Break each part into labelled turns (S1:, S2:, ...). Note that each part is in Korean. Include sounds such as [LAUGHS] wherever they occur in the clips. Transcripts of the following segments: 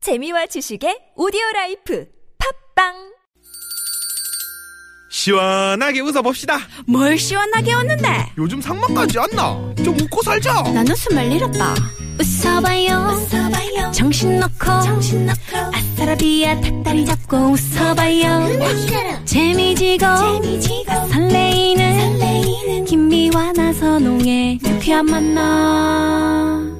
S1: 재미와 지식의 오디오 라이프 팝빵
S2: 시원하게 웃어봅시다.
S3: 뭘 시원하게 웃는데
S2: 요즘 상만까지 안 나. 좀 웃고 살자.
S3: 난 웃음을 잃었다 웃어봐요, 정신 놓고 아싸라비아 닭다리 잡고 웃어봐요 음, 재미지고, 설레이는, 김미와 나선홍의 유쾌한 만남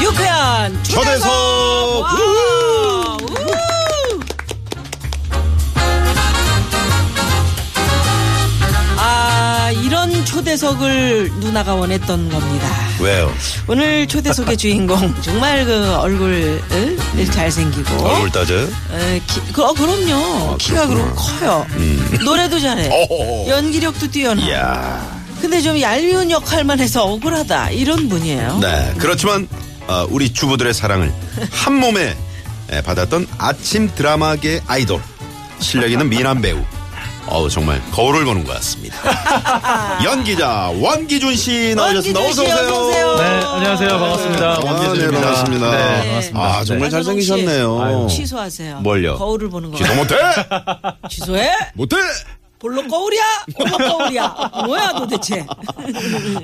S4: 유쾌한
S2: 초대석.
S4: 우후! 아 이런 초대석을 누나가 원했던 겁니다.
S2: 왜요?
S4: 오늘
S2: [LAUGHS]
S4: 초대석의 주인공 정말 그 얼굴 을 잘생기고
S2: 얼굴 따져?
S4: 에, 키, 그, 어, 그럼요 키가 그럼 커요 노래도 잘해
S2: 음. [LAUGHS] 어허허.
S4: 연기력도 뛰어나
S2: 이야.
S4: 근데 좀 얄미운 역할만 해서 억울하다 이런 분이에요.
S2: 네. 그렇지만 어, 우리 주부들의 사랑을 한 몸에 예, 받았던 아침 드라마계 아이돌 실력 있는 미남 배우. 어우 정말 거울을 보는 것 같습니다.
S4: [LAUGHS]
S2: 연기자 원기준 씨 나오셨습니다.
S4: 원기준
S2: 어서
S4: 씨,
S2: 오세요.
S4: 어서 오세요.
S5: 네, 안녕하세요. 반갑습니다.
S2: 아,
S5: 원기준입니다.
S2: 네, 반갑습니다.
S5: 네,
S4: 네.
S5: 반갑습니다.
S2: 아 정말
S4: 네.
S2: 잘생기셨네요.
S5: 아유.
S4: 취소하세요.
S2: 뭘요?
S4: 거울을 보는 거.
S2: 취소 못해.
S4: 취소해?
S2: 못해.
S4: 볼록 거울이야? 볼록 거울이야? 뭐야 도대체?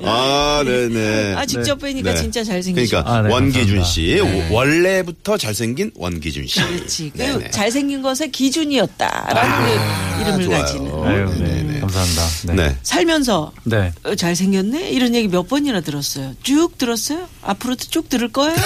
S2: 아 네네.
S4: 아 직접 뵈니까
S2: 네.
S4: 진짜 잘생기죠.
S2: 그러니까
S5: 아, 네,
S2: 원기준
S5: 감사합니다.
S2: 씨 오- 원래부터 잘생긴 원기준 씨.
S4: 그렇지. 그
S2: 네네.
S4: 잘생긴 것의 기준이었다라는 그 이름을
S2: 좋아요.
S4: 가지는.
S5: 아유,
S2: 네,
S5: 네,
S2: 네.
S5: 감사합니다. 네.
S2: 네.
S4: 살면서
S5: 네.
S4: 어, 잘생겼네 이런 얘기 몇 번이나 들었어요. 쭉 들었어요. 앞으로도 쭉 들을 거예요.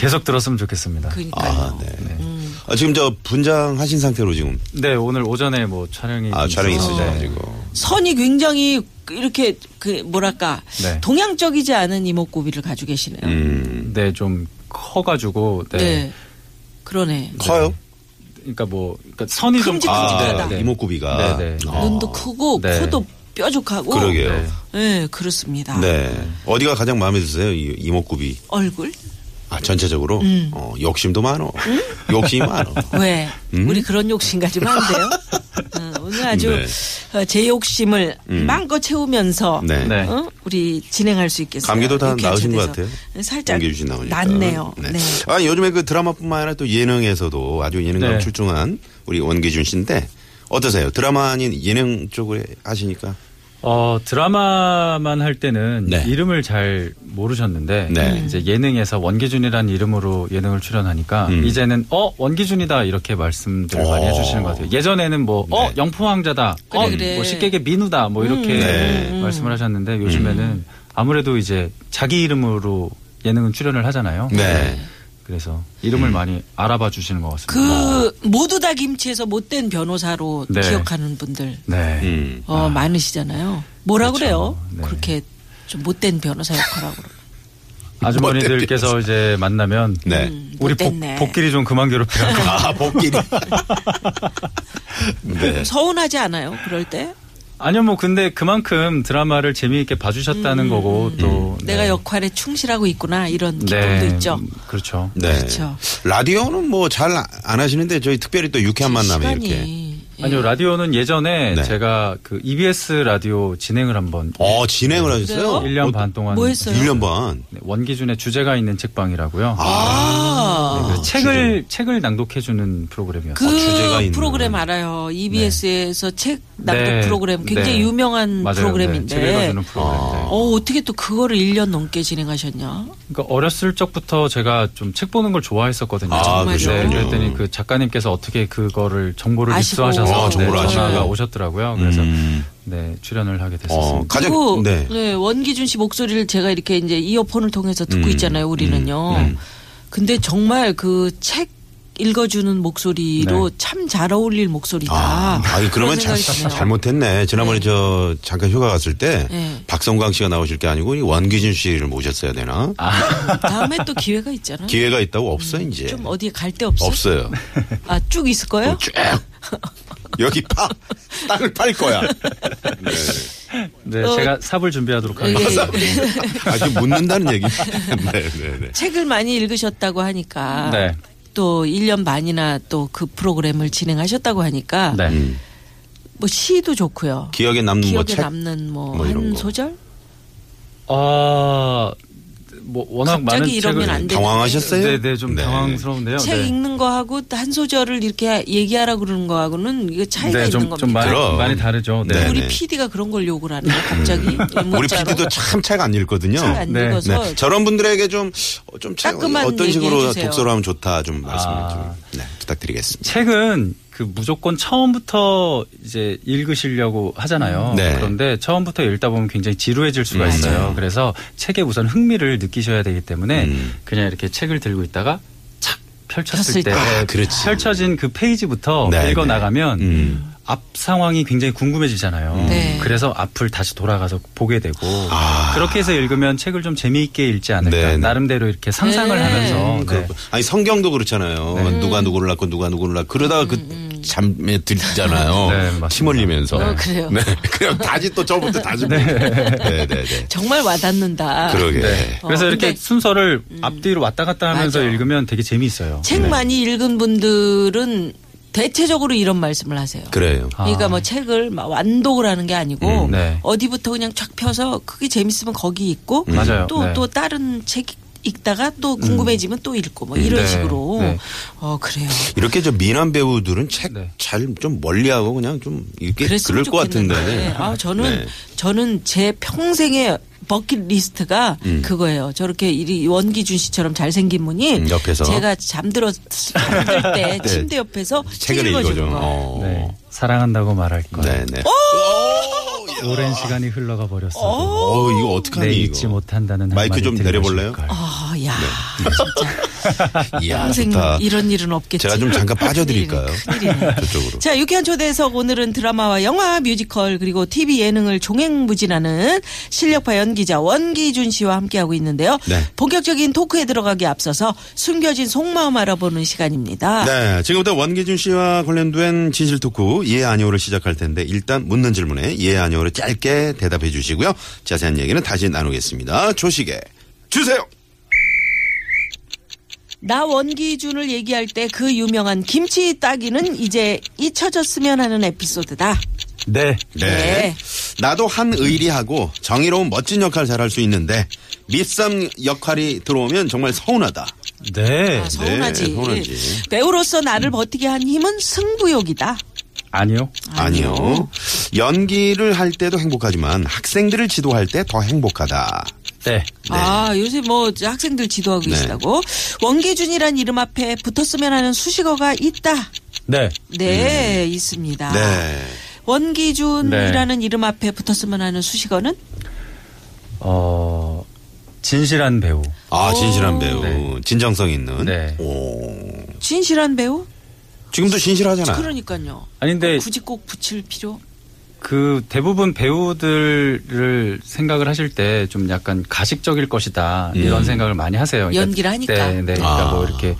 S5: 계속 들었으면 좋겠습니다.
S4: 그러니까요.
S2: 아 네. 아, 지금 저 분장하신 상태로 지금
S5: 네, 오늘 오전에 뭐 촬영이
S2: 아
S5: 좀
S2: 촬영
S5: 있어서. 네.
S2: 있으셔가지고.
S4: 선이 굉장히 이렇게 그 뭐랄까
S5: 네.
S4: 동양적이지 않은 이목구비를 가지고 계시네요.
S2: 음
S5: 네, 좀 커가지고 네.
S4: 네. 그러네.
S2: 커요?
S5: 그러니까 뭐 그러니까 선이 좀
S4: 큼직큼직하다.
S2: 아
S4: 네, 네.
S2: 이목구비가.
S5: 네, 네.
S2: 아,
S4: 눈도 크고
S5: 네.
S4: 코도 뾰족하고.
S2: 그러게요.
S5: 네.
S4: 네, 그렇습니다.
S2: 네. 어디가 가장 마음에 드세요? 이, 이목구비.
S4: 얼굴?
S2: 아 전체적으로
S4: 음.
S2: 어, 욕심도 많어. 욕심이 많어.
S4: 왜? 우리 그런 욕심 가지면 안 돼요? 어, 오늘 아주
S2: 음? 네.
S4: 어, 제 욕심을 마음껏 채우면서
S2: 네.
S5: 네.
S4: 어? 우리 진행할 수 있겠어요.
S2: 감기도 다
S4: 유쾌한
S2: 나으신 것
S4: 초대석.
S2: 같아요.
S4: 살짝
S2: 기준이 나오니까.
S4: 낫네요.
S2: 네.
S4: 네.
S2: 아니 요즘에 그 드라마뿐만 아니라 또 예능에서도 아주 예능감
S5: 네.
S2: 출중한 우리 원기준 씨인데 어떠세요? 드라마 아닌 예능 쪽을 하시니까.
S5: 어 드라마만 할 때는
S2: 네.
S5: 이름을 잘 모르셨는데
S2: 네.
S5: 이제 예능에서 원기준이라는 이름으로 예능을 출연하니까
S2: 음.
S5: 이제는 어 원기준이다 이렇게 말씀들 을 많이
S2: 어.
S5: 해주시는 것 같아요. 예전에는 뭐 어
S2: 네.
S5: 영포왕자다,
S4: 그래,
S5: 어
S4: 그래.
S5: 뭐 식객의 민우다 뭐 이렇게
S2: 네. 음.
S5: 말씀을 하셨는데 요즘에는 아무래도 이제 자기 이름으로 예능은 출연을 하잖아요.
S2: 네. 음.
S5: 그래서 이름을 많이 알아봐 주시는 것 같습니다.
S4: 그
S2: 네.
S4: 모두 다 김치에서 못된 변호사로
S5: 네.
S4: 기억하는 분들
S5: 네.
S2: 음.
S4: 어, 많으시잖아요. 뭐라 그
S5: 그렇죠.
S4: 래요
S5: 네.
S4: 그렇게 좀 못된 변호사 역할하고.
S5: 아주머니들께서 이제 만나면
S2: 네.
S4: 음,
S5: 우리 복,
S4: 못됐네.
S5: 복길이 좀 그만
S2: [LAUGHS]
S5: 괴롭히라고
S2: 아 복길이.
S4: [LAUGHS]
S2: 네.
S4: 서운하지 않아요? 그럴 때?
S5: 아니요, 뭐 근데 그만큼 드라마를 재미있게 봐주셨다는 거고 또
S4: 음.
S2: 음.
S4: 내가
S5: 네.
S4: 역할에 충실하고 있구나 이런 기쁨도
S5: 네,
S4: 있죠.
S5: 음, 그렇죠.
S2: 네.
S4: 그렇죠.
S2: 라디오는 뭐 잘 안 하시는데 저희 특별히 또 유쾌한 만남에
S4: 시간이
S2: 이렇게.
S4: 예.
S5: 아니요, 라디오는 예전에
S2: 네.
S5: 제가 그 EBS 라디오 진행을 한번
S2: 어 진행을
S4: 네.
S2: 하셨어요?
S5: 일 1년 반 동안
S4: 뭐 했어요?
S2: 1년 반.
S5: 네, 원기준의 주제가 있는 책방이라고요.
S4: 아,
S2: 네,
S5: 그 책을 책을 낭독해 아, 주는 프로그램이었어요.
S4: 그
S2: 주제가 있는.
S4: 프로그램 알아요. EBS에서 책 낭독
S5: 네,
S4: 프로그램 굉장히
S5: 네.
S4: 유명한
S5: 맞아요.
S4: 프로그램인데.
S5: 네, 책을 읽어주는 프로그램. 네.
S4: 어, 어떻게 또 그거를 1년 넘게 진행하셨냐?
S5: 그러니까 어렸을 적부터 제가 좀 책 보는 걸 좋아했었거든요.
S2: 아,
S4: 정말요?
S5: 네,
S4: 그러셨군요.
S5: 그랬더니 그 작가님께서 어떻게 그거를 정보를
S4: 아시고.
S5: 입수하셔서
S2: 아,
S5: 네,
S2: 정보를 아시고.
S5: 전화가 오셨더라고요. 그래서
S2: 음.
S5: 네 출연을 하게 됐었습니다.
S2: 어, 가장
S4: 그리고
S2: 네.
S4: 네, 원기준 씨 목소리를 제가 이렇게 이제 이어폰을 통해서 듣고
S2: 음,
S4: 있잖아요. 우리는요.
S2: 음, 음.
S4: 근데 정말 그 책 읽어주는
S5: 네.
S4: 목소리로 참 잘 어울릴 목소리다.
S2: 아, 아니, 그러면
S4: 그런
S2: 잘,
S4: 생각이 드네요.
S2: 잘못했네. 지난번에
S4: 네.
S2: 저 잠깐 휴가 갔을 때
S4: 네.
S2: 박성광 씨가 나오실 게 아니고 이 원기준 씨를 모셨어야 되나?
S4: 아. 다음에 또 기회가 있잖아.
S2: 기회가 있다고 없어 이제.
S4: 음, 좀 어디에 갈 데 없어?
S2: 없어요.
S4: 아, 쭉 있을 거예요?
S2: 쭉 여기 파 땅을
S4: [LAUGHS]
S2: 팔 거야. 네.
S5: 네,
S4: 어,
S5: 제가 삽을 준비하도록
S4: 예,
S5: 하겠습니다.
S2: 아, [LAUGHS] 아주 묻는다는 얘기. 네, 네, 네.
S4: 책을 많이 읽으셨다고 하니까
S5: 네.
S4: 또 1년 반이나 또 그 프로그램을 진행하셨다고 하니까
S5: 네.
S2: 음.
S4: 뭐 시도 좋고요.
S2: 기억에 남는 뭐
S4: 기억에
S2: 책.
S4: 남는 뭐
S2: 뭐 이런
S4: 한
S2: 거.
S4: 소절?
S5: 아, 뭐 워낙 많은
S4: 갑자기
S5: 책을
S4: 이러면 안 되는데.
S2: 당황하셨어요?
S5: 네, 네, 좀
S2: 네.
S5: 당황스러운데요.
S4: 책
S5: 네.
S4: 읽는 거하고 한 소절을 이렇게 얘기하라 그러는 거하고는 이게 차이가
S5: 네,
S4: 있는
S5: 좀,
S4: 겁니다.
S5: 좀 많이,
S2: 그럼.
S5: 많이 다르죠. 네.
S2: 네네. 음.
S4: 우리 PD가 그런 걸 욕을 하는 거 갑자기
S2: 우리 PD도 참 책 안 읽거든요.
S4: 잘안
S5: 네.
S4: 읽어서
S2: 네. 저런 분들에게 좀, 어, 좀 책,
S4: 따끔한
S2: 어떤
S4: 얘기
S2: 식으로
S4: 해주세요.
S2: 독서를 하면 좋다 좀 말씀을
S5: 아.
S2: 좀 네, 부탁드리겠습니다.
S5: 책은 그 무조건 처음부터 이제 읽으시려고 하잖아요.
S2: 네.
S5: 그런데 처음부터 읽다 보면 굉장히 지루해질 수가
S2: 음,
S5: 있어요.
S2: 맞아요.
S5: 그래서 책에 우선 흥미를 느끼셔야 되기 때문에
S2: 음.
S5: 그냥 이렇게 책을 들고 있다가 착
S4: 폈을
S5: 펼쳤을 때
S4: 때.
S2: 아, 그렇지.
S5: 펼쳐진 그 페이지부터
S2: 네,
S5: 읽어
S2: 네.
S5: 나가면
S2: 음.
S5: 앞 상황이 굉장히 궁금해지잖아요.
S4: 네.
S5: 그래서 앞을 다시 돌아가서 보게 되고
S2: 아.
S5: 그렇게 해서 읽으면 책을 좀 재미있게 읽지 않을까.
S2: 네, 네.
S5: 나름대로 이렇게 상상을
S4: 네.
S5: 하면서 네.
S2: 그렇군. 아니 성경도 그렇잖아요. 뭐 누가 누구를 낳고 누가 누구를 낳고 그러다가 그 잠에 들잖아요.
S5: 네, 맞습니다.
S2: 침 흘리면서.
S4: 음, 어, 그래요.
S2: 네, [LAUGHS] 그냥 다시 또 저부터 다시. 보고. 네, 네, 네.
S4: 정말 와닿는다.
S2: 그러게.
S5: 그래서
S4: 어,
S5: 이렇게
S4: 근데-
S5: 순서를
S2: 음.
S5: 앞뒤로 왔다 갔다 하면서
S4: 맞아.
S5: 읽으면 되게 재미있어요.
S4: 책 많이
S2: 네.
S4: 읽은 분들은 대체적으로 이런 말씀을 하세요.
S2: 그래요. 아.
S4: 그러니까 뭐 책을 막 완독을 하는 게 아니고
S5: 음, 네.
S4: 어디부터 그냥 쫙 펴서 그게 재밌으면 거기 있고
S5: 음. 맞아요.
S4: 또 또
S5: 네.
S4: 다른 책 읽다가 또
S2: 음.
S4: 궁금해지면 또 읽고 뭐 이런
S5: 네.
S4: 식으로
S5: 네.
S4: 어 그래요.
S2: 이렇게 저 미남 배우들은 책
S5: 네.
S2: 잘 좀 멀리하고 그냥 좀 이렇게
S4: 그랬으면
S2: 그럴 것
S4: 좋겠는데.
S2: 같은데.
S4: 아 저는
S2: 네.
S4: 저는 제 평생의 버킷 리스트가
S2: 음.
S4: 그거예요. 저렇게 이 원기준 씨처럼 잘생긴 분이
S2: 음, 옆에서.
S4: 제가 잠들었 잠들 때
S2: [LAUGHS] 네.
S4: 침대 옆에서
S2: 책을 읽어줘.
S4: 는 거.
S2: 어.
S5: 네. 사랑한다고 말할 거.
S2: 네, 네.
S5: 오랜 시간이 흘러가 버렸어. 도
S2: 어, 이거 어떡하니
S5: 내
S2: 이거.
S5: 잊지 못한다는
S2: 마이크
S5: 한마디
S2: 좀
S5: 들려줄
S2: 내려볼래요?
S5: 걸.
S4: 아, 야.
S2: 이야,
S4: 평생
S2: 네. 아, 좋다.
S4: 이런 일은 없겠지.
S2: 제가 좀 잠깐 빠져드릴까요?
S4: 큰일이네,
S2: [LAUGHS]
S4: 큰일이네.
S2: 저쪽으로.
S4: 자, 유쾌한 초대석 오늘은 드라마와 영화, 뮤지컬 그리고 TV 예능을 종횡무진하는 실력파 연기자 원기준 씨와 함께하고 있는데요.
S2: 네.
S4: 본격적인 토크에 들어가기 앞서서 숨겨진 속마음 알아보는 시간입니다.
S2: 네, 지금부터 원기준 씨와 관련된 진실 토크 예 아니오를 시작할 텐데 일단 묻는 질문에 예 아니오를 짧게 대답해 주시고요. 자세한 얘기는 다시 나누겠습니다. 조식에 주세요.
S4: 나 원기준을 얘기할 때 그 유명한 김치 따기는 이제 잊혀졌으면 하는 에피소드다. 그러니까
S5: 네.
S4: 네.
S2: 나도 한 의리하고 정의로운 멋진 역할 잘할 수 있는데 밉삼 역할이 들어오면 정말 서운하다.
S5: 네.
S4: 아, 서운하지.
S2: 네, 서운하지.
S4: 배우로서 나를 버티게 한 힘은 승부욕이다.
S5: 아니요.
S2: 아니요. 연기를 할 때도 행복하지만 학생들을 지도할 때 더 행복하다.
S5: 네.
S4: 아, 요새 뭐 학생들 지도하고
S2: 네.
S4: 계시다고. 원기준이란 이름 앞에 붙었으면 하는 수식어가 있다.
S5: 네.
S4: 네, 있습니다.
S2: 음. 네.
S4: 원기준이라는 이름 앞에 붙었으면 하는 수식어는
S5: 어 진실한 배우.
S2: 아, 진실한 배우.
S5: 네.
S2: 진정성 있는.
S5: 네.
S2: 오.
S4: 진실한 배우?
S2: 지금도 진실하잖아.
S4: 그러니까요.
S5: 아니, 근데-
S2: 어,
S4: 굳이 꼭 붙일 필요?
S5: 그 대부분 배우들을 생각을 하실 때 좀 약간 가식적일 것이다 이런 생각을 많이 하세요.
S4: 연기를 하니까.
S5: 네, 네. 그러니까
S2: 예. 아.
S5: 뭐 이렇게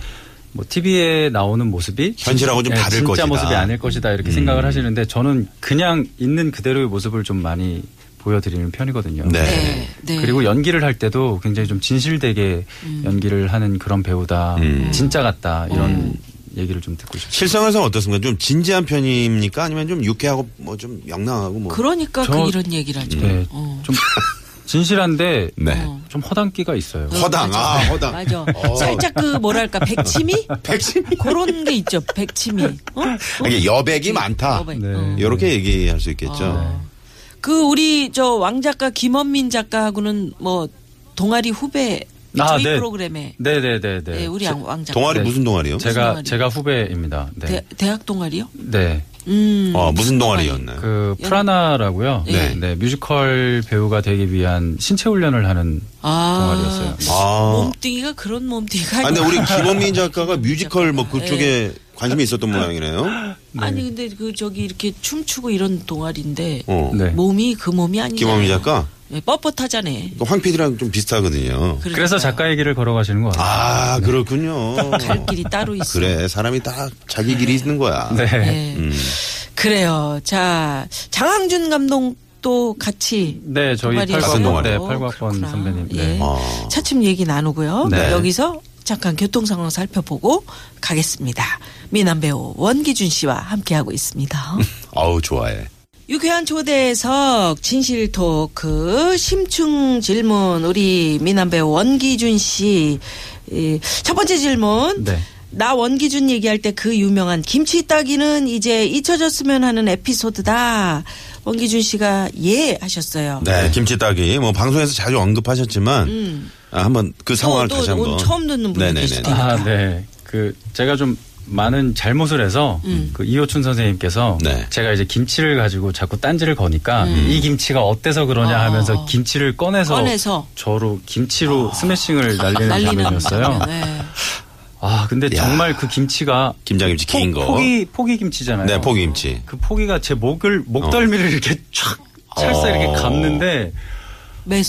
S5: 뭐 TV에 나오는 모습이
S2: 현실하고 좀
S5: 네,
S2: 다를
S5: 진짜
S2: 것이다. 음.
S5: 모습이 아닐 것이다 이렇게 생각을 하시는데 저는 그냥 있는 그대로의 모습을 좀 많이 보여드리는 편이거든요.
S2: 네.
S4: 네. 음.
S5: 그리고 연기를 할 때도 굉장히 좀 진실되게 연기를 하는 그런 배우다,
S2: 음.
S5: 진짜 같다 이런
S4: 음.
S5: 얘기를 좀 듣고 싶어요.
S2: 실생활에서 어떻습니까? 좀 진지한 편입니까? 아니면 좀 유쾌하고 뭐 좀 영랑하고 뭐.
S4: 그러니까
S5: 저-
S4: 그 이런 얘기를 하죠.
S5: 네,
S4: 어.
S5: 좀 진실한데
S2: 네.
S4: 어.
S5: 좀 허당기가 있어요.
S2: 허당.
S4: 맞아.
S2: 아, 허당.
S4: 맞아. 살짝 그 뭐랄까 백치미?
S2: [LAUGHS] 백심이.
S4: 그런 게 있죠. 백치미. 어? 어?
S2: 아, 이게 여백이 많다.
S4: 여백.
S5: 네.
S4: 어.
S2: 이렇게 얘기할 수 있겠죠.
S5: 아,
S4: 그 우리 저 왕 작가 김원민 작가하고는 뭐 동아리 후배
S5: 아,
S4: 저희
S5: 네.
S4: 프로그램에
S5: 네, 네, 네,
S4: 네,
S5: 네.
S4: 우리 양- 왕 작가
S2: 동아리
S5: 네.
S2: 무슨 동아리요?
S5: 제가
S4: 무슨
S5: 제가 후배입니다. 네,
S4: 대, 대학 동아리요?
S5: 네.
S4: 음.
S2: 어, 무슨 동아리였나요?
S5: 그 프라나라고요.
S2: 네.
S5: 네. 뮤지컬 배우가 되기 위한 신체 훈련을 하는 동아리였어요.
S2: 아.
S4: 몸뚱이가 그런 몸뚱이가
S2: 아,
S4: 아니,
S2: 근데 우리 김원민
S4: [LAUGHS]
S2: 작가가 뮤지컬 뭐
S4: 네.
S2: 그쪽에 관심이 있었던 모양이네요.
S4: 아니 근데 그 저기 이렇게 춤추고 이런 동아리인데
S2: 어.
S5: 네.
S4: 몸이 그 몸이 아니야.
S2: 김원민 작가?
S4: 네, 뻣뻣하잖아요.
S2: 그황 PD랑 좀 비슷하거든요.
S5: 그래서 작가의 길을 걸어가시는 것 같아요.
S2: 아, 그렇군요.
S4: 네. 갈 길이 따로 있어.
S2: 그래, 음. 사람이 다 자기 길이 있는 거야.
S5: 네.
S4: 네. 그래요. 자, 장항준 감독도 같이 그 어,
S5: 네, 저희
S4: 동아리에서?
S2: 같은
S5: 8과
S2: 동아리.
S5: 네, 8과 학번
S4: 그렇구나.
S5: 선배님.
S4: 예.
S5: 네.
S2: 어.
S4: 차츰 얘기 나누고요.
S2: 네.
S4: 여기서 잠깐 교통 상황 살펴보고 가겠습니다. 미남 배우 원기준 씨와 함께하고 있습니다.
S2: 어우 좋아해.
S4: 유쾌한 초대석 진실 토크 심층 질문 우리 미남 배우 원기준 씨 첫 번째 질문
S5: 네.
S4: 나 원기준 얘기할 때 그 유명한 김치 따기는 이제 잊혀졌으면 하는 에피소드다 원기준 씨가 예 하셨어요.
S2: 네, 김치 따기 뭐 방송에서 자주 언급하셨지만 아, 한번 그 상황을
S4: 또
S2: 다시 한번
S4: 오늘 음. 처음 듣는 분이
S2: 네네네.
S4: 계시대요.
S5: 아, 네. 그 제가 좀 많은 잘못을 해서 그 이호춘 선생님께서
S2: 네.
S5: 제가 이제 김치를 가지고 자꾸 딴지를 거니까 이 김치가 어때서 그러냐
S4: 아.
S5: 하면서 김치를 꺼내서,
S4: 꺼내서.
S5: 저로 김치로 스매싱을 날리는
S4: 난리는
S5: 장면이었어요.
S4: 네.
S5: 아 근데
S2: 야.
S5: 정말 그 김치가
S2: 김장김치
S5: 포-
S2: 긴 거.
S5: 포기 포기 김치잖아요.
S2: 네, 포기김치.
S5: 그 포기가 제 목을 목덜미를 이렇게 촥 찰싹
S2: 어.
S5: 이렇게 감는데
S4: 매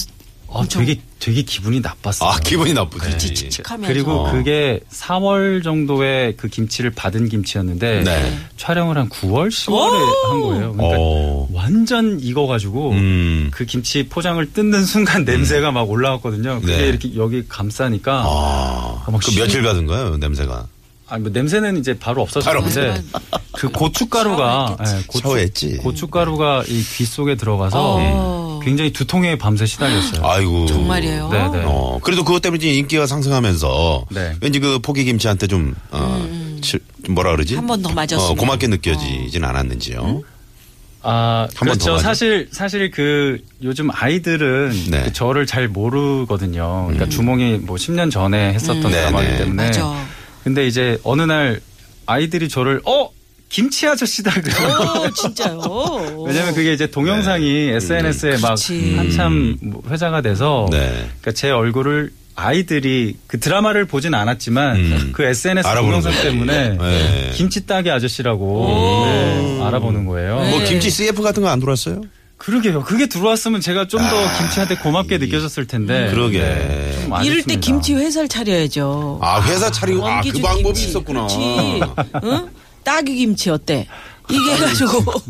S5: 아, 되게 되게 기분이 나빴어요. 네.
S2: 아 기분이 나쁘지.
S4: 칙칙하면서
S5: 그리고
S2: 어.
S5: 그게 4월 정도에 그 김치를 받은 김치였는데
S2: 네.
S5: 촬영을 한 9월, 10월에 한 거예요. 그러니까
S2: 오.
S5: 완전 익어가지고
S2: 어.
S4: 그러니까
S2: 음.
S5: 그 김치 포장을 뜯는 순간 냄새가 막 올라왔거든요. 그게
S2: 네.
S5: 이렇게 여기 감싸니까
S2: 아,
S5: 막
S2: 그
S5: 시-
S2: 며칠 가든가요 냄새가.
S5: 아니 뭐 냄새는 이제 바로
S4: 네,
S5: 없어졌는데 그 고춧가루가 예,
S2: 샤워했지.
S5: 고춧가루가 이 귀 속에 들어가서
S4: 어.
S5: 굉장히 두통에 밤새 시달렸어요.
S2: 아이고.
S4: 정말이에요.
S5: 네, 네.
S2: 어, 그래도 그것 때문에 이제 인기가 상승하면서
S5: 네.
S2: 왠지 그 포기 김치한테 좀 어, 실- 좀 뭐라 그러지?
S4: 음, 한번더 맞았으면. 음?
S2: 어, 고맙게 느껴지진 않았는지요.
S5: 아,
S2: 한번더
S5: 그렇죠.
S2: 가죠.
S5: 사실 사실 그 요즘 아이들은
S2: 네.
S5: 그 저를 잘 모르거든요. 그러니까 주몽이 뭐 10년 전에 했었던
S2: 음.
S5: 드라마이기
S2: 네네.
S5: 때문에.
S4: 맞아.
S5: 근데 이제 어느 날 아이들이 저를 어 김치 아저씨다 그래요.
S4: 오, 진짜요.
S5: 왜냐면 그게 이제 동영상이 SNS에 막
S4: 어. 그치.
S5: 한참 뭐 회자가 돼서
S2: 음. 네.
S5: 그러니까 제 얼굴을 아이들이 그 드라마를 보진 않았지만
S2: 음.
S5: 그 SNS
S2: 알아보는
S5: 동영상
S2: 거지.
S5: 때문에
S2: 네.
S5: 김치 따기 아저씨라고 네, 알아보는 거예요.
S2: 뭐 김치 CF 같은 거 안 들어왔어요?
S5: 네. 그러게요. 그게 들어왔으면 제가 좀 더 김치한테 고맙게 느껴졌을 텐데.
S2: 아. 음.
S5: 네.
S2: 그러게.
S5: 좀 아쉽습니다.
S4: 이럴 때 김치 회사를 차려야죠.
S2: 아 회사 차리고 아 그
S4: 원기준
S2: 방법이
S4: 김치.
S2: 있었구나.
S4: 그렇지. 응? 따귀 김치 어때? 이게 해가지고 [LAUGHS]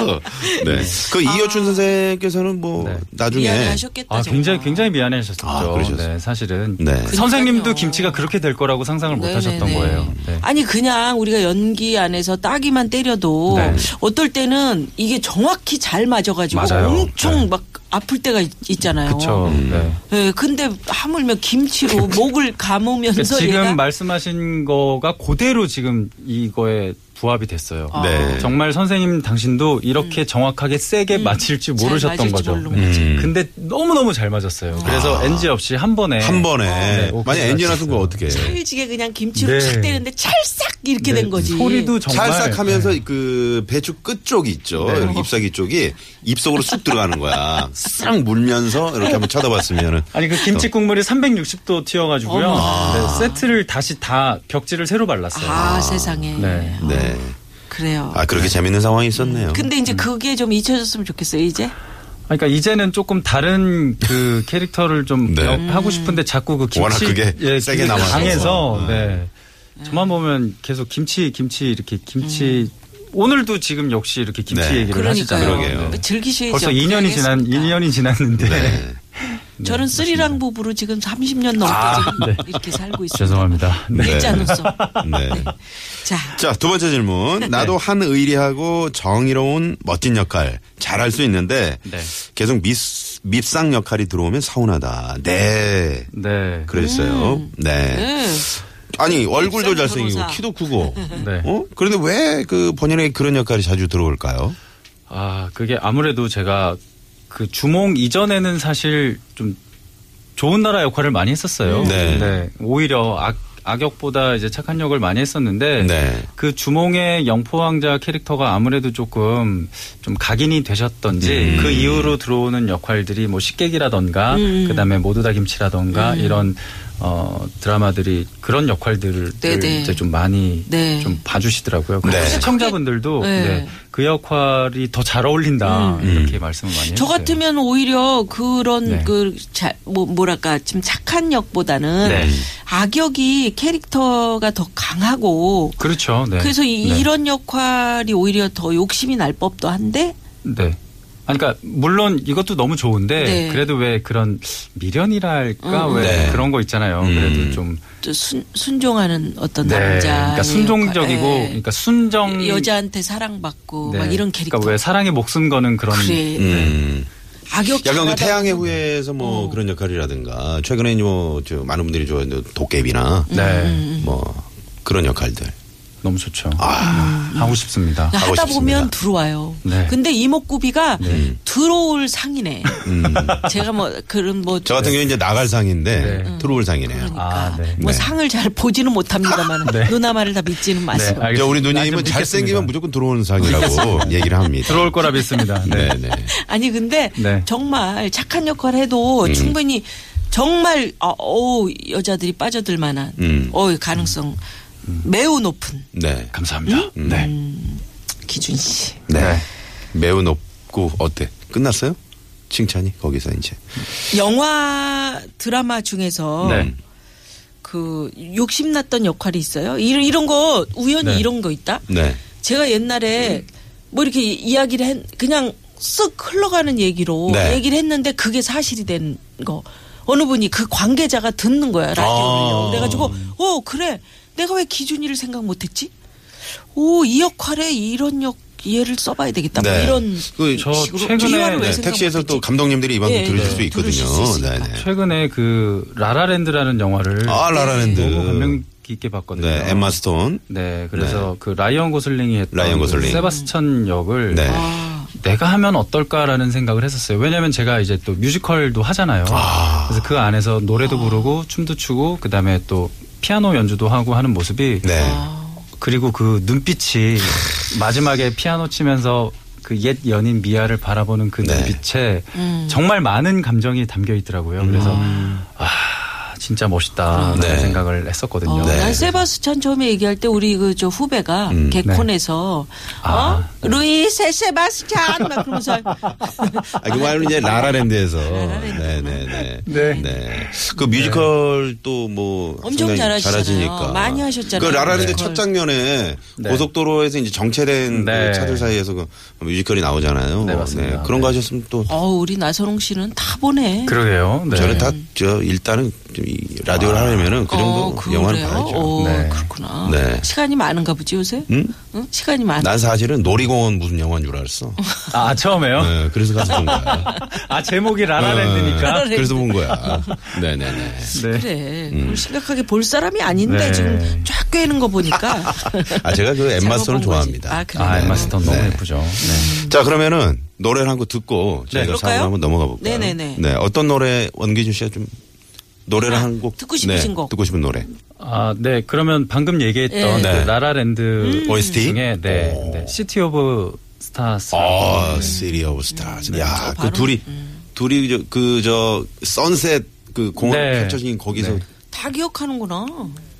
S2: 어, [LAUGHS] 네. 그 이여춘 선생께서는 뭐
S5: 네.
S2: 나중에
S4: 아. 이야기하셨겠다.
S5: 아, 굉장히,
S4: 정말.
S5: 굉장히 미안해하셨었죠.
S2: 아, 그러셨어요?
S5: 네, 사실은.
S2: 네.
S5: 선생님도
S4: 그러니까요.
S5: 김치가 그렇게 될 거라고 상상을 못 하셨던
S4: 네네네.
S5: 거예요. 네.
S4: 아니 그냥 우리가 연기 안에서 따기만 때려도
S5: 네.
S4: 어떨 때는 이게 정확히 잘 맞아가지고
S5: 맞아요.
S4: 엄청
S5: 네.
S4: 막 아플 때가 있- 있잖아요.
S5: 그쵸. 네.
S4: 예, 근데 하물며 김치로
S5: [LAUGHS]
S4: 목을
S5: 그러니까
S4: 감으면서
S5: 지금
S4: 얘가
S5: 말씀하신 거가 그대로 지금 이거에 부합이 됐어요.
S4: 아.
S2: 네.
S5: 정말 선생님 당신도 이렇게 정확하게 세게 맞힐지
S4: 음. 잘
S5: 모르셨던
S4: 맞을지
S5: 거죠.
S4: 모르고.
S2: 음.
S5: 근데 너무너무 잘
S4: 아.
S5: 맞았어요. 그래서 NG 없이 한 번에.
S2: 한 번에
S5: 네, 오케이,
S2: 만약 엔진 하신 거 어떻게
S5: 맞았어요.
S2: 해요?
S4: 일지게 그냥 김치로
S5: 네.
S4: 착 때리는데 찰싹 이렇게
S5: 네,
S4: 된 거지.
S5: 소리도 정말.
S2: 찰싹하면서 그 배추 끝쪽이 있죠.
S5: 네.
S2: 이렇게 잎사귀 쪽이 입속으로 쑥 들어가는 거야. 싹 물면서 이렇게 한번 쳐다봤으면은
S5: 아니 그
S4: 어.
S5: 김치 국물이 360도 튀어가지고요. 네, 세트를 다시 다 벽지를 새로 발랐어요.
S4: 아, 세상에.
S5: 네.
S2: 네.
S4: 그래요.
S2: 아 그렇게 재밌는 상황이
S5: 어?
S2: 있었네요.
S4: 근데
S5: 음.
S4: 이제 그게 좀 잊혀졌으면 좋겠어요, 이제.
S5: 그러니까 이제는 조금 다른
S2: [LAUGHS]
S5: 그 캐릭터를 좀
S2: 네.
S5: 역-
S4: 음.
S5: 하고 싶은데 자꾸 그 김치
S2: 워낙 그게
S5: 예,
S2: 세게
S5: 그게
S2: 남아서.
S5: 강해서
S2: 네.
S5: 네. 저만 보면 계속 김치 김치 이렇게 김치 오늘도 지금 역시 이렇게 김치
S2: 네.
S5: 얘기를
S4: 음. 그러니까요.
S5: 하시잖아요.
S2: 그러게요.
S5: 네.
S4: 즐기셔야죠.
S5: 벌써 2년이 지난
S4: 그러겠습니다.
S5: 2년이
S4: [LAUGHS]
S5: 지났는데
S2: 네.
S4: 저는 쓰리랑 부부로 지금 30년 넘게 지금 이렇게 살고 있습니다.
S5: 아, 네. 죄송합니다. 네.
S4: 일자로서.
S2: 네.
S4: 자,
S2: 자, 두 번째 질문. 나도 한의리하고 정의로운 멋진 역할 잘할 수 있는데
S5: 네.
S2: 계속 밉, 밉상 역할이 들어오면 서운하다. 네.
S5: 네.
S2: 그랬어요. 네.
S4: 예.
S2: 아니, 얼굴도
S4: 밉상
S2: 잘생기고
S4: 변호사.
S2: 키도 크고.
S5: 네.
S2: 어? 그런데 왜 그 본인에게 그런 역할이 자주 들어올까요?
S5: 아, 그게 아무래도 제가 그 주몽 이전에는 사실 좀 좋은 나라 역할을 많이 했었어요.
S2: 네.
S5: 오히려 악, 악역보다 이제 착한 역을 많이 했었는데
S2: 네.
S5: 그 주몽의 영포왕자 캐릭터가 아무래도 조금 좀 각인이 되셨던지 그 이후로 들어오는 역할들이 뭐 식객이라던가 그다음에 모두 다 김치라던가
S4: 음.
S5: 이런 어 드라마들이 그런 역할들을
S4: 네네.
S5: 이제 좀 많이
S4: 네.
S5: 좀 봐주시더라고요.
S2: 네.
S5: 그래서 시청자분들도
S4: 네. 음.
S5: 네. 그 역할이 더 잘 어울린다 이렇게 말씀을 많이 해주세요.
S4: 저 같으면 오히려 그런
S5: 네.
S4: 그 자, 뭐, 뭐랄까 지금 착한 역보다는
S5: 네.
S4: 악역이 캐릭터가 더 강하고
S5: 그렇죠. 네.
S4: 그래서 이,
S5: 네.
S4: 이런 역할이 오히려 더 욕심이 날 법도 한데
S5: 네. 아니, 그러니까 물론 이것도 너무 좋은데
S4: 네. 음,
S5: 그래도 왜 그런 미련이랄까 왜
S2: 네.
S5: 그런 거 있잖아요. 그래도 좀
S4: 또 순, 순종하는 어떤 네.
S5: 네.
S4: 남자. 예,
S5: 그러니까 순종적이고 그러니까 순정
S4: 여자한테 사랑받고
S5: 네.
S4: 막 이런 캐릭터.
S5: 그러니까 왜 사랑에 목숨 거는 그런
S4: 그래.
S2: 음.
S4: 악역.
S2: 약간
S4: 잘하다
S2: 그 태양의 후예에서 뭐 그런 역할이라든가 최근에 뭐저 많은 분들이 좋아하는 도깨비나
S5: 네.
S4: 음,
S2: 뭐 그런 역할들.
S5: 너무 좋죠. 음,
S2: 아,
S4: 음.
S5: 하고 싶습니다.
S4: 하다
S2: 하고 싶습니다.
S4: 보면 들어와요.
S5: 네.
S4: 근데 이목구비가 들어올 상이네.
S2: 음.
S4: 제가 뭐 그런 뭐
S2: 저 같은 경우 이제 나갈 상인데 음.
S5: 네.
S2: 들어올 상이네요.
S5: 아, 네.
S4: 뭐
S2: 네.
S4: 상을 잘 보지는 못합니다만
S5: 네.
S4: 누나 말을 다 믿지는 마세요.
S5: 네, 알겠습니다.
S2: 저 우리
S5: 나좀
S2: 누님은 잘생기면
S5: 믿겠습니다.
S2: 무조건 들어오는 상이라고 얘기를 합니다.
S5: 들어올 거라 믿습니다. 네.
S2: 네, 네.
S4: 아니 근데
S5: 네.
S4: 정말 착한 역할 해도 충분히 정말 어, 우 여자들이 빠져들 만한
S2: 음.
S4: 어 가능성 매우 높은
S2: 네.
S5: 감사합니다.
S4: 음?
S5: 네.
S4: 기준 씨.
S2: 네. 매우 높고 어때? 끝났어요? 칭찬이 거기서 이제.
S4: 영화 드라마 중에서
S5: 네.
S4: 그 욕심났던 역할이 있어요. 이런 이런 거 우연히
S5: 네.
S4: 이런 거 있다.
S2: 네.
S4: 제가 옛날에 뭐 이렇게 이야기를 했, 그냥 쓱 흘러가는 얘기로
S2: 네.
S4: 얘기를 했는데 그게 사실이 된 거. 어느 분이 그 관계자가 듣는 거야 라디오를요.
S2: 아.
S4: 그래가지고 어 그래 내가 왜 기준이를 생각 못했지? 오 이 역할에 이런 역 얘를 써봐야 되겠다. 뭐
S2: 네.
S4: 이런
S2: 그
S5: 저
S4: 식으로
S5: 최근에
S4: 이화를 왜
S2: 네,
S4: 생각
S2: 택시에서
S4: 못했지?
S2: 또 감독님들이 이 방송
S4: 예,
S2: 들으실
S4: 네.
S2: 수 있거든요.
S4: 들으실 수
S2: 네,
S4: 있으니까.
S2: 네.
S5: 최근에 그 라라랜드라는 영화를
S2: 아, 라라랜드.
S5: 너무 감명 깊게 봤거든요.
S2: 네, 엠마 스톤.
S5: 네, 그래서 그 라이언 고슬링이 했던
S2: 라이언
S5: 그
S2: 고슬링.
S5: 세바스찬 역을
S2: 네.
S5: 내가 하면 어떨까라는 생각을 했었어요. 왜냐하면 제가 이제 또 뮤지컬도 하잖아요. 그래서 그 안에서 노래도 부르고 춤도 추고 그 다음에 또 피아노 연주도 하고 하는 모습이
S2: 네.
S5: 그리고 그 눈빛이
S2: [LAUGHS]
S5: 마지막에 피아노 치면서 그 옛 연인 미아를 바라보는 그
S2: 네.
S5: 눈빛에 정말 많은 감정이 담겨 있더라고요. 그래서 아 진짜 멋있다라는
S2: 음. 네.
S5: 생각을 했었거든요.
S4: 어,
S2: 네.
S4: 난 세바스찬 처음에 얘기할 때 우리 그 저 후배가
S2: 음,
S4: 개콘에서
S5: 아.
S4: 어 루이 세 세바스찬 막 그러면서
S2: 아, 그 말로 이제 라라랜드에서. 네, 네, 네. 네. 그 뮤지컬 또 뭐
S4: 네. 엄청 잘하시잖아요.
S2: 잘하시니까.
S4: 많이 하셨잖아요.
S2: 그 라라랜드
S4: 뮤지컬.
S2: 첫 장면에
S5: 네.
S2: 고속도로에서 이제 정체된 그
S5: 네.
S2: 차들 사이에서 그 뮤지컬이 나오잖아요.
S5: 네, 맞습니다.
S2: 그런 거
S5: 네.
S2: 하셨으면 또
S4: 어 우리 나선홍 씨는 다 보네.
S5: 그러게요. 네. 아.
S2: 저는 다 저 일단은 좀이 라디오를 하려면은 그 정도
S4: 어, 그래요?
S2: 영화를 봐야죠.
S4: 어,
S5: 네.
S4: 그렇구나.
S2: 네. 음?
S4: 시간이 많은가 보지 요새?
S2: 응?
S4: 응? 시간이 많아.
S2: 난 사실은 놀이공원 무슨 영화인 줄
S5: [LAUGHS]
S2: 알았어.
S5: 아 처음에요?
S2: 네, 그래서 가서 본 거야.
S5: 아 제목이 라라랜드니까.
S2: 네, 그래서 본
S4: [LAUGHS]
S2: 거야. 네네네.
S5: 네.
S4: 그래.
S2: 음.
S4: 그걸 심각하게 볼 사람이 아닌데
S5: 네.
S4: 지금 쫙 꿰는 거
S2: [LAUGHS]
S4: 보니까.
S2: 아 제가 그 엠마
S4: 잘못 본
S2: 스톤을
S4: 거지.
S2: 좋아합니다.
S4: 아, 그래요?
S5: 아,
S2: 네.
S5: 엠마 스톤 너무
S2: 네.
S5: 예쁘죠. 네.
S2: 자 그러면은 노래를 한 곡 듣고 저희가
S4: 그럴까요?
S2: 사연 한번 넘어가 볼까요?
S4: 네. 네네네.
S2: 네, 어떤 노래 원기준 씨가 좀 노래를
S4: 아,
S2: 한 곡
S4: 듣고 싶으신
S2: 네,
S4: 곡.
S2: 듣고 싶은 노래.
S5: 아, 네. 그러면 방금 얘기했던
S2: 예. 네.
S5: 그 라라랜드
S2: OST?
S5: 중에 네,
S2: 오.
S5: 네. 시티 오브 스타스.
S4: 네.
S2: 아, 시리 오브 스타즈. 야, 그 둘이
S4: 음.
S2: 둘이 그저 선셋 그 공원
S5: 네.
S2: 펼쳐진 거기서
S5: 네.
S4: 다 기억하는구나.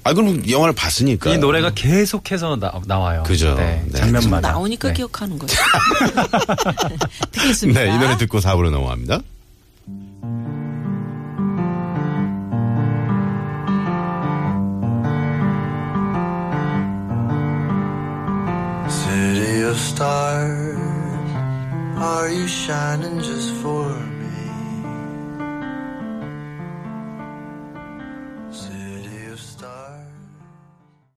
S2: 아 그럼 영화를 봤으니까.
S5: 이 노래가 계속해서 나, 와요
S2: 음. 그죠.
S5: 네,
S2: 네.
S5: 장면마다.
S4: 나오니까
S5: 네.
S4: 기억하는 [LAUGHS]
S2: [LAUGHS]
S4: 거죠. 듣겠습니다.
S2: 네, 이 노래 듣고 4부로 넘어갑니다.
S6: City of stars, are you shining just for me?